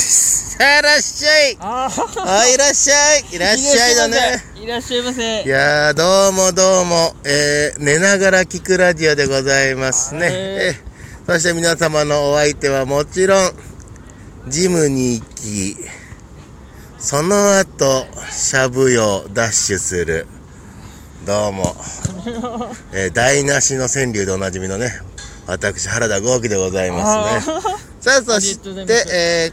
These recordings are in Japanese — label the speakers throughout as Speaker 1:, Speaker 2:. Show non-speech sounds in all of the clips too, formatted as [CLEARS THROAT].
Speaker 1: さあ、いらっしゃい。
Speaker 2: ああ
Speaker 1: あ、いらっしゃい。いらっしゃいだね。
Speaker 2: いらっしゃいませ
Speaker 1: いやー、どうもどうも、えー、寝ながら聞くラジオでございますね。
Speaker 2: はい
Speaker 1: えーそして皆様のお相手はもちろん、ジムに行き、その後、しゃぶよダッシュする。どう
Speaker 2: [LAUGHS]
Speaker 1: も、えー、台無しの川柳でおなじみのね、私、原田豪輝でございますね。さあ、そし
Speaker 2: ありがとうございます
Speaker 1: て、え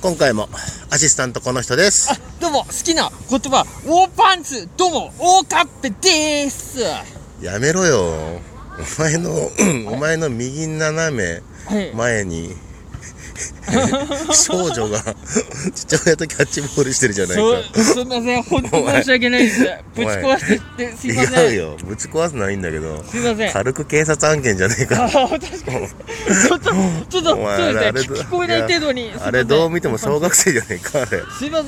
Speaker 1: ー、今回も、アシスタントこの人です。
Speaker 2: あどうも好きな言葉オーパンツどうもオーカッペでーすは
Speaker 1: やめろよ。お前の、 [CLEARS THROAT] お前の右斜め
Speaker 2: い
Speaker 1: 前
Speaker 2: [LAUGHS]
Speaker 1: に、少女が父親とキャッチボールしてるじゃない
Speaker 2: そう
Speaker 1: か。
Speaker 2: すいません本当申し訳ないですぶち壊してってすいません
Speaker 1: 違うよ。ぶち壊すのはいいんだけど、
Speaker 2: すいません
Speaker 1: 軽く警察案件じゃねえ
Speaker 2: あ
Speaker 1: か。
Speaker 2: ー確かにちょっとちょっと
Speaker 1: お前
Speaker 2: そう
Speaker 1: あれ
Speaker 2: ですね聞こえない程度に
Speaker 1: あれどう見ても
Speaker 2: そう
Speaker 1: 小学生じゃねえか、あ
Speaker 2: [LAUGHS]
Speaker 1: れ。
Speaker 2: すいま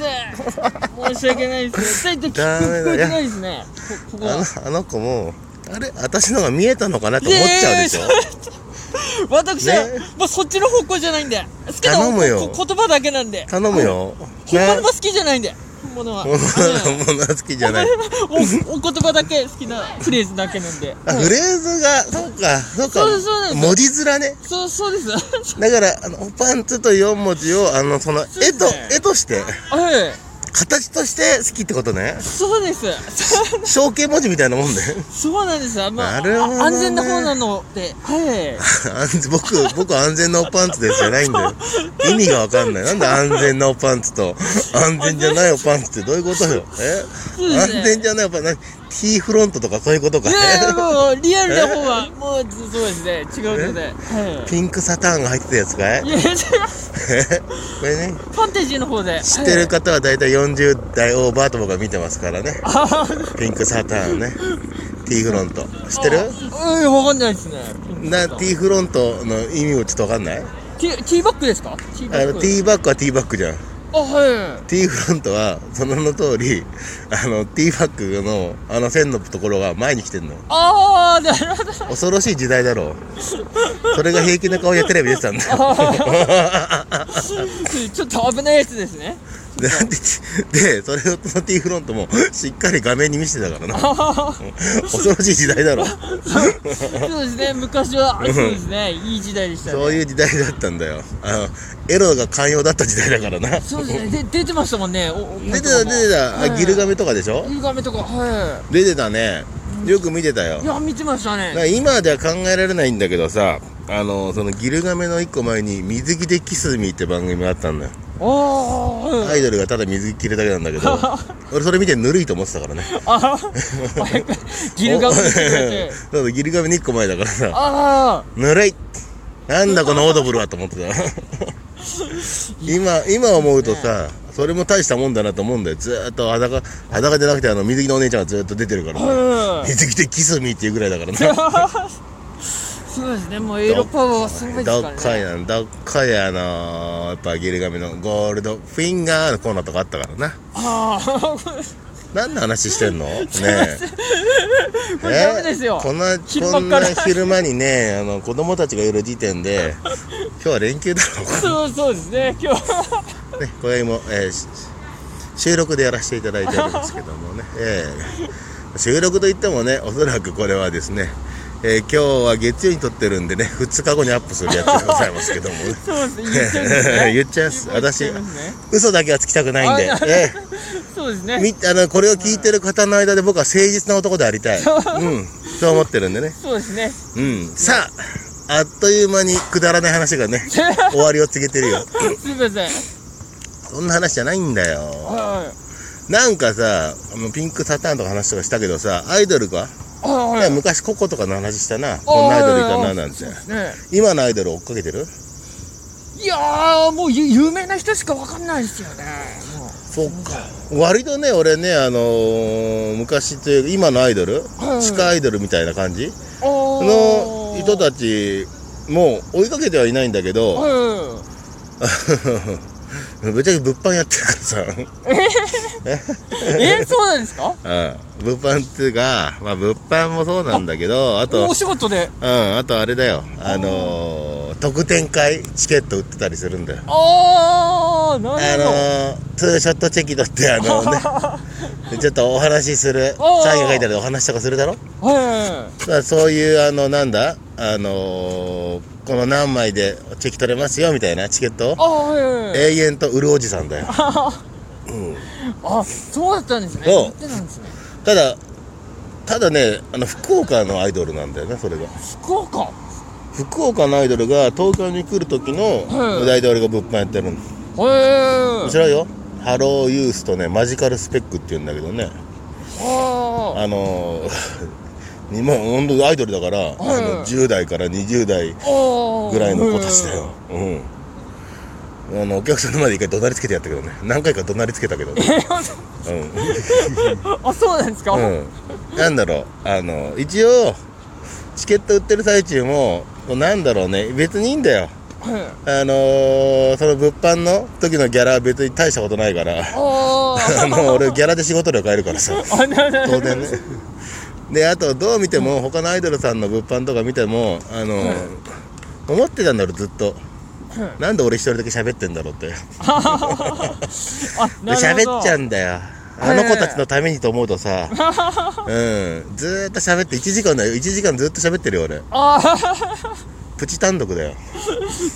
Speaker 2: せん申し訳ないです大体
Speaker 1: ダメだ
Speaker 2: 聞こえてないですねこここは
Speaker 1: あの、あの子も、あれ私のが見えたのかなと思っちゃうでしょ
Speaker 2: いやいやいや私は、
Speaker 1: ね
Speaker 2: もうそっちの方向じゃないんで好きな
Speaker 1: 頼むよ
Speaker 2: こ言葉だけなんで
Speaker 1: [LAUGHS] 頼むよ。
Speaker 2: 本物
Speaker 1: も
Speaker 2: も好きじゃないんで本物はあの [LAUGHS]
Speaker 1: の好きじゃない。
Speaker 2: おお言葉だけ好きなフレーズだけなんで
Speaker 1: あ、フレーズが、そうか、そうか
Speaker 2: そうですそうで、す
Speaker 1: 文字面ね。
Speaker 2: そうそう [LAUGHS] ですは
Speaker 1: だから、あの、パンツと4文字を、あの、その、
Speaker 2: うで
Speaker 1: 絵
Speaker 2: す
Speaker 1: と
Speaker 2: ね、
Speaker 1: 絵として、
Speaker 2: い
Speaker 1: 形として好きってことね。
Speaker 2: そうですそ
Speaker 1: 象形文字みたいなもんね。
Speaker 2: そうなんです、ま
Speaker 1: な
Speaker 2: あ、
Speaker 1: るほどね
Speaker 2: あ安全な方なので [LAUGHS] はい
Speaker 1: 安全 [LAUGHS] 僕、僕安全なおパンツですじゃないんだよ。意味がわかんない。なんで安全なおパンツと、安全じゃないおパンツってどういうことよ。
Speaker 2: そう
Speaker 1: え
Speaker 2: ですね
Speaker 1: 安全じゃないおパンツ、な T フロントとかそういうことか
Speaker 2: いやいや
Speaker 1: ね。
Speaker 2: もうリアルな方はもうそうですね違うのではい
Speaker 1: ピンクサターンが入ってたやつかい
Speaker 2: いやいや違う
Speaker 1: [LAUGHS] これね、
Speaker 2: ファンタジーの方で
Speaker 1: 知ってる方は大体40代オーバーと僕が見てますからね。
Speaker 2: はい
Speaker 1: ピンクサターンね。T フロント。知ってる
Speaker 2: あうん、わかんないですね。
Speaker 1: な、T フロントの意味をちょっとわかんないあ
Speaker 2: ティ、ティーバッグですかティーバッ
Speaker 1: の、
Speaker 2: グ。
Speaker 1: T バックは T バックじゃん。
Speaker 2: あ、は
Speaker 1: T フロントは、その名の通り、 [LAUGHS] あの、T バックの、あの線のところが前に来てんの。
Speaker 2: い。あー、なるほど。
Speaker 1: 恐ろしい時代だろう。それが平気な顔でテレビ出てたん
Speaker 2: [LAUGHS]
Speaker 1: だよ。
Speaker 2: ちょっと危ないやつですね。
Speaker 1: で、でそれを、その T フロントも、しっかり画面に見せてたからな。恐ろしい時代だろう。
Speaker 2: そうですね、昔は、そうですね、いい時代でした
Speaker 1: そう
Speaker 2: ね。
Speaker 1: いう時代だったんだよ。あの、エロが寛容だった時代だからな。
Speaker 2: そうですね、で出てましたもんね。おお
Speaker 1: 出てた、出てた。あ、ギルガメとかでしょ
Speaker 2: ギルガメとか、は
Speaker 1: 出てたね。よく見てたよ
Speaker 2: い。い。や、見てました
Speaker 1: [LAUGHS] なんか
Speaker 2: ね。
Speaker 1: 今では考えられないんだけどさ、あの、そのギルガメの一個前に水着でキスミーって番組があったんだよ。
Speaker 2: あー、はい
Speaker 1: アイドルがただ水着着るだけなんだけ
Speaker 2: [LAUGHS]
Speaker 1: ど、俺それ見てぬるいと思ってたからね。
Speaker 2: あー、早くギルガメ出てくれ
Speaker 1: [LAUGHS]
Speaker 2: て。
Speaker 1: だってギルガメの一個前だから
Speaker 2: [LAUGHS]
Speaker 1: さ、
Speaker 2: あ
Speaker 1: ぬるいなんだこのオードブルはと思って
Speaker 2: [LAUGHS]
Speaker 1: た。今、今思うとさ、それも大したもんだなと思うんだよ。ずーっと裸、裸じゃなくてあの水着のお姉ちゃんがずーっと出てるから
Speaker 2: ー、
Speaker 1: ね、
Speaker 2: はい。
Speaker 1: 水着でキスミーっていうぐらいだからな。
Speaker 2: そうですね、もうエロパワーはすごいですから
Speaker 1: ど
Speaker 2: ね。
Speaker 1: っかいなどっかいあのやっぱギルガメのゴールドフィンガーのコーナーとかあったからな
Speaker 2: ああ、
Speaker 1: 何の話してんのねえ
Speaker 2: [LAUGHS] これダメですよ
Speaker 1: えこんな
Speaker 2: 昼
Speaker 1: こ
Speaker 2: 間
Speaker 1: ん
Speaker 2: か
Speaker 1: な
Speaker 2: ら
Speaker 1: 昼間にねあの子供たちがいる時点で今日は連休だ
Speaker 2: そうそうですね、今日は。
Speaker 1: ろう、ね、これも、えーし収録でやらせていただいてるんですけどもね、ええ収録といってもねおそらくこれはですねえー今日は月曜に撮ってるんでね2日後にアップするやつでございますけども
Speaker 2: [LAUGHS]
Speaker 1: ね
Speaker 2: そうですね、言っちゃうんですね
Speaker 1: 言っちゃいます
Speaker 2: 言っち
Speaker 1: [LAUGHS] 私
Speaker 2: ゃいますね
Speaker 1: 嘘だけはつきたくないんで
Speaker 2: あ、
Speaker 1: え
Speaker 2: そうです
Speaker 1: え
Speaker 2: ね。
Speaker 1: みあのこれを聞いてる方の間で僕は誠実な男であり
Speaker 2: [LAUGHS]
Speaker 1: たい、うん、そう思ってるんでね、
Speaker 2: そうですね。 [LAUGHS]
Speaker 1: うん、さああっという間にくだらない話
Speaker 2: [LAUGHS]
Speaker 1: がね終わりを告げてるよ
Speaker 2: すみません。
Speaker 1: そんな話じゃないんだよ
Speaker 2: はい
Speaker 1: なんかさあのピンクサターンとか話とかしたけどさアイドルか、
Speaker 2: はい
Speaker 1: い
Speaker 2: は
Speaker 1: や
Speaker 2: い。
Speaker 1: 昔ココとかの話したなこんなアイドルいたななんて
Speaker 2: そうですね。
Speaker 1: 今のアイドル追っかけてる
Speaker 2: いやー、もうゆ有名な人しかわかんないですよね。も
Speaker 1: そっか割とね俺ねあのー昔というか今のアイドル、
Speaker 2: はい
Speaker 1: 地下アイドルみたいな感じ
Speaker 2: う
Speaker 1: の人
Speaker 2: ち。
Speaker 1: たちも追いかけてはいないんだけど、
Speaker 2: は
Speaker 1: ぶっちゃけ物販やってるからさ、 [LAUGHS]
Speaker 2: い。え、そうなんですか
Speaker 1: うん、物販っていうか、まあ、物販もそうなんだけどあと
Speaker 2: お、仕事で。
Speaker 1: うん、あとあれだよあのー特典会チケット売ってたりするんだよ
Speaker 2: ああ、な
Speaker 1: あ
Speaker 2: るほど。
Speaker 1: のー、ツーショットチェキ取ってあのね
Speaker 2: [LAUGHS]
Speaker 1: ちょっとお話しする
Speaker 2: おー
Speaker 1: サインが書いてあるお話とかするだろ
Speaker 2: はいはいはい。
Speaker 1: だからそういうあのなんだあのー、この何枚でチェキ取れますよみたいなチケットを
Speaker 2: あ、はいはいはい。
Speaker 1: 永遠と売るおじさんだよ
Speaker 2: あ、そうだったんですね。
Speaker 1: そう
Speaker 2: やってたんですね。
Speaker 1: ただただねあの福岡のアイドルなんだよねそれが
Speaker 2: 福岡。
Speaker 1: 福岡のアイドルが東京に来る時の
Speaker 2: うん
Speaker 1: 大統領が物販やってるの
Speaker 2: へえ
Speaker 1: 面。白いよハローユースとねマジカルスペックっていうんだけどね
Speaker 2: あ
Speaker 1: あのー [LAUGHS] にまあ本当アイドルだから、あ
Speaker 2: うん
Speaker 1: の10代から20代
Speaker 2: あ。ああ。
Speaker 1: ぐらいの子たちだよ。、うん、あのお客さんの前で一回怒鳴りつけてやったけどね何回か怒鳴りつけたけど、ね、
Speaker 2: あ、そうなんですか。
Speaker 1: うん、うん、なんだろうあの一応チケット売ってる最中もこうなんだろうね別にいいんだよ
Speaker 2: はい
Speaker 1: あのー、その物販の時のギャラは別に大したことない [LAUGHS] から
Speaker 2: あ
Speaker 1: あの俺ギャラで仕事量変えるからさ
Speaker 2: あ。あ、なるほど。
Speaker 1: 当然ねであとどう見ても他のアイドルさんの物販とか見てもあの、思ってたんだろずっと、なんで俺一人だけ喋ってんだろうってで
Speaker 2: あ、なる
Speaker 1: 喋
Speaker 2: ほ
Speaker 1: っちゃ
Speaker 2: ど。
Speaker 1: うんだよあの子たちのためにと思うとさ、うんずーっと喋って1時間だよ1時間ずっと喋ってるよ俺
Speaker 2: ああ、
Speaker 1: プチ単独だよ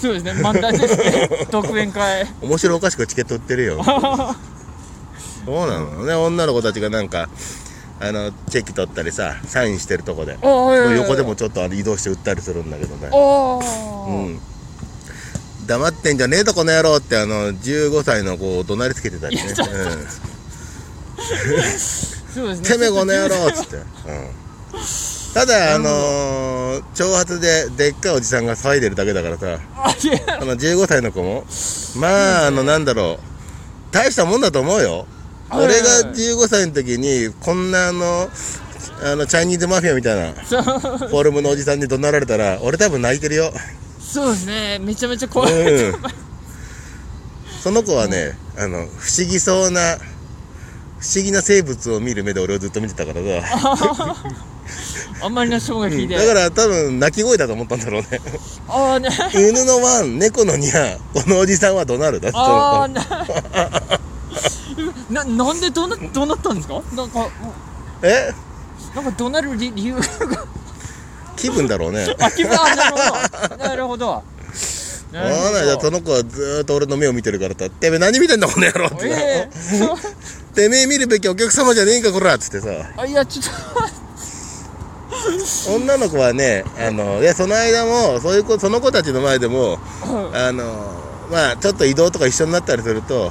Speaker 2: そうですね。漫談ですね。特弁会。
Speaker 1: 面白おかしくチケット売ってる [LAUGHS] よそうなのね女の子たちがなんかあのチェキ取ったりさサインしてるとこで
Speaker 2: あ、はいはいはい。
Speaker 1: 横でもちょっとあの移動して売ったりするんだけどね
Speaker 2: あ
Speaker 1: うん、黙ってんじゃねえとこの野郎ってあの15歳の子を怒鳴りつけてたりね「うん
Speaker 2: あ、そうですね。
Speaker 1: てめえこの野郎」っつって、 [LAUGHS] うん、ただあのー、挑発ででっかいおじさんが騒いでるだけだからさ
Speaker 2: あ、いや
Speaker 1: あの15歳の子もまああのなんだろう大したもんだと思うよ
Speaker 2: はい
Speaker 1: 俺が15歳の時にこんなあのあのチャイニーズマフィアみた [LAUGHS] いな
Speaker 2: そう
Speaker 1: フォルムのおじさんに怒鳴られたら俺多分泣いてるよ
Speaker 2: そうですね。めちゃめちゃ怖い。
Speaker 1: [LAUGHS] うん、その子はね、あの不思議そうな不思議な生物を見る目で俺をずっと見てたからさ
Speaker 2: あんまりの衝撃で。
Speaker 1: だから多分鳴き声だと思ったんだろう
Speaker 2: [LAUGHS]
Speaker 1: ね
Speaker 2: ああ、ね。
Speaker 1: 犬のワン猫のニャーこのおじさんは怒鳴るだって
Speaker 2: ああ、
Speaker 1: 思っ
Speaker 2: な。 [LAUGHS] な、なんでどうな、どうなったんですか。なんか、
Speaker 1: たえ
Speaker 2: なんか怒鳴る理理由が。
Speaker 1: 気分だろう
Speaker 2: [LAUGHS]
Speaker 1: ね
Speaker 2: あ、君はなるほど。なるほ
Speaker 1: あ
Speaker 2: ど。
Speaker 1: あじゃあその子はずーっと俺の目を見てるからさ「てめえ何見てんだこの野郎」って、
Speaker 2: ええ
Speaker 1: てめえ見るべきお客様じゃねえんかこら」っつってさ
Speaker 2: あ、いや、ちょっ
Speaker 1: 女の子はねあのいやその間もそういう子その子たちの前でも
Speaker 2: と。はい
Speaker 1: あのまあちょっと移動とか一緒になったりすると
Speaker 2: は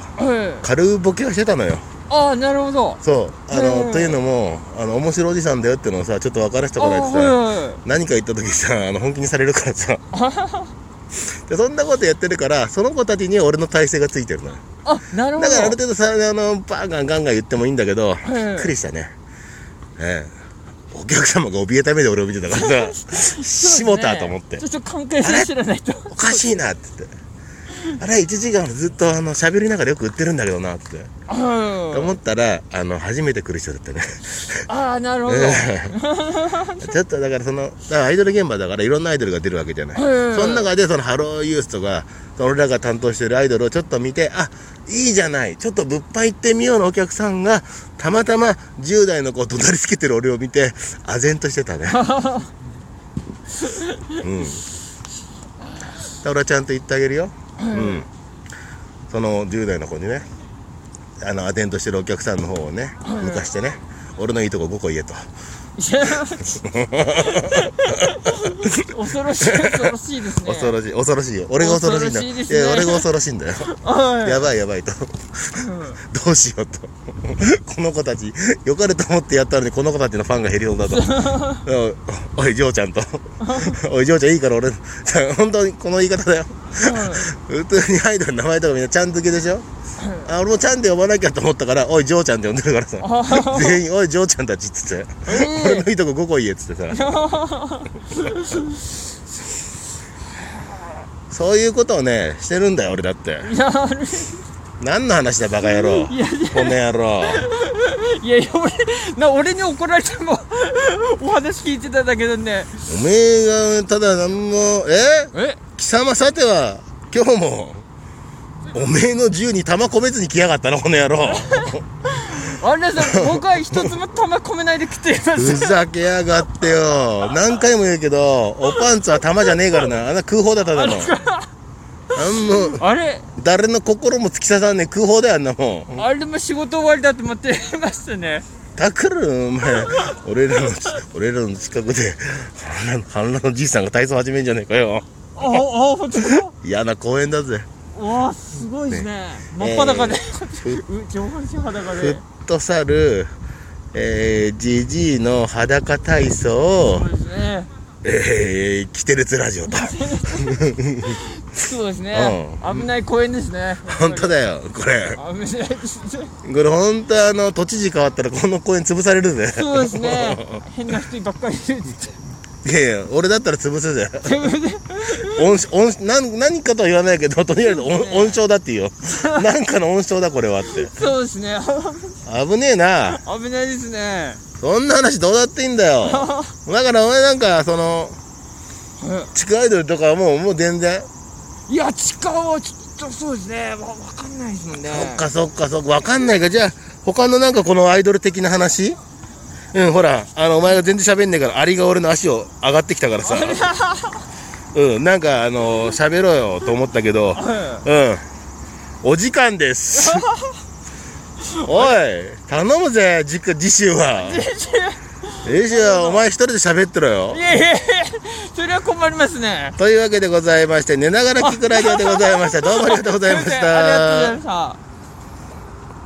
Speaker 2: い。
Speaker 1: 軽いボケはしてたのよ
Speaker 2: ああ、なるほど。
Speaker 1: そうあ
Speaker 2: う
Speaker 1: の
Speaker 2: ん
Speaker 1: というのもあの面白おじさんだよってのをさちょっと分からして
Speaker 2: ああ
Speaker 1: もらえて
Speaker 2: ー、
Speaker 1: さ
Speaker 2: はいはい。
Speaker 1: 何か言った時さあの本気にされるから
Speaker 2: [LAUGHS]
Speaker 1: さでそんなことやってるからその子たちには俺の体勢がついてるのよ
Speaker 2: あ、なるほ
Speaker 1: だ
Speaker 2: ど。
Speaker 1: からある程度さあのバンガンガンガン言ってもいいんだけど
Speaker 2: ん
Speaker 1: びっくりしたねええお客様が怯えた目で俺を見てたから
Speaker 2: [LAUGHS]
Speaker 1: さしもたと思って
Speaker 2: ちょっと関係性知らないと。
Speaker 1: おかしいなって言って。あれ、1時間ずっとあの、喋りながらよく売ってるんだけどなって。
Speaker 2: うん
Speaker 1: 思ったら、あの、初めて来る人だったね。
Speaker 2: ああ、なるほど。
Speaker 1: [LAUGHS] ちょっとだからその、だからアイドル現場だからいろんなアイドルが出るわけじゃない。そ
Speaker 2: うん
Speaker 1: の中でそのハローユースとか、その俺らが担当してるアイドルをちょっと見て、あ、いいじゃない。ちょっと物販行ってみようのお客さんが、たまたま10代の子を怒鳴りつけてる俺を見て、唖然として [LAUGHS] たね。うん。だからちゃんと言ってあげるよ。うん。その10代の子にね、あの、唖然としてるお客さんの方をね、抜かしてね、俺のいいとこ5個言えと。
Speaker 2: いや [LAUGHS] 恐ろしい、恐ろしいですね。
Speaker 1: 恐ろしい恐ろしいよ俺が恐ろしいんだ
Speaker 2: 恐ろしいです
Speaker 1: い
Speaker 2: ね
Speaker 1: や俺が恐ろしいんだよ
Speaker 2: はい
Speaker 1: やばいやばいとどうしようとこの子たちよかれと思ってやったのにこの子たちのファンが減りそうだとうんおい嬢ちゃん
Speaker 2: [LAUGHS]
Speaker 1: とおい嬢ちゃんいいから俺本当にこの言い方だよ普通にアイドルの名前とかみんなちゃん付けでしょあ俺もちゃんで呼ばなきゃと思ったから「おい嬢ちゃん」って呼んでるからさ全員「おい嬢ちゃんたち」っつって「俺のいいとこ5個言え」っつってさそういうことをねしてるんだよ俺だって
Speaker 2: いや、あれ
Speaker 1: 何の話だバカ野郎この野郎
Speaker 2: いやいや、俺、な、俺に怒られても、お話聞いてただけなんで。
Speaker 1: おめえがただ何もえ
Speaker 2: え、
Speaker 1: 貴様さては今日もおめえの銃に弾込めずに来やがったなこの野郎
Speaker 2: あれです僕は一つも弾込めないで来ていま
Speaker 1: ふ
Speaker 2: す
Speaker 1: ざけやがってよ何回も言うけどおパンツは弾じゃねえからなあんな空砲だっただろあんも
Speaker 2: あれ
Speaker 1: 誰の心も突き刺さんねえ空砲だよあんなもん
Speaker 2: あれも仕事終わりだと思っていましたね
Speaker 1: タクルお前俺らの俺らの近くで反乱反乱のじいさんが体操始めんじゃねえかよ
Speaker 2: ああ本当だ
Speaker 1: 嫌な公園だぜ
Speaker 2: わあすごいですね真っ裸で、う上半身裸
Speaker 1: フ
Speaker 2: で
Speaker 1: ットサルえー、ジジイの裸体操を
Speaker 2: そうですね
Speaker 1: えー、キテレツラジオ [LAUGHS] と。
Speaker 2: そうですね、危ない公園ですね
Speaker 1: 本当だよ、これ。
Speaker 2: 危ないですね
Speaker 1: これ本当あの、都知事変わったらこの公園潰される [LAUGHS] ぜ。
Speaker 2: そうですね変な人ばっかりいるって
Speaker 1: いやいや、俺だったら潰すぜ。音、音、なん、何かとは言わないけど、とりあえず音、音章だって [LAUGHS] 言うよ。なんかの音章だ、これはって。
Speaker 2: そうですね
Speaker 1: 危ねえな。
Speaker 2: 危ないですね
Speaker 1: そんな話どうだっていいんだよ。 [LAUGHS] だからお前なんか、その、地下アイドルとかはもう、もう全然。
Speaker 2: いや地下はちょっとそうですねわわかんないですもんね
Speaker 1: そ
Speaker 2: [LAUGHS]
Speaker 1: っかそっかそっか、わかんないか。じゃあ、他のなんかこのアイドル的な話うん、ほら、あの、お前が全然喋んねえから、アリが俺の足を上がってきたからさ。うん、なんか、あの、喋ろうよと思ったけど、
Speaker 2: は
Speaker 1: うん。お時間です。 [LAUGHS] おい、頼むぜ、次回次週は。次週はお前一人で喋ってろよ
Speaker 2: い。いやいやいやそれは困りますね
Speaker 1: というわけでございまして、寝ながら聞くラジオでございました。どうもありがとうございまし
Speaker 2: ありがとうござ
Speaker 1: た
Speaker 2: い。ました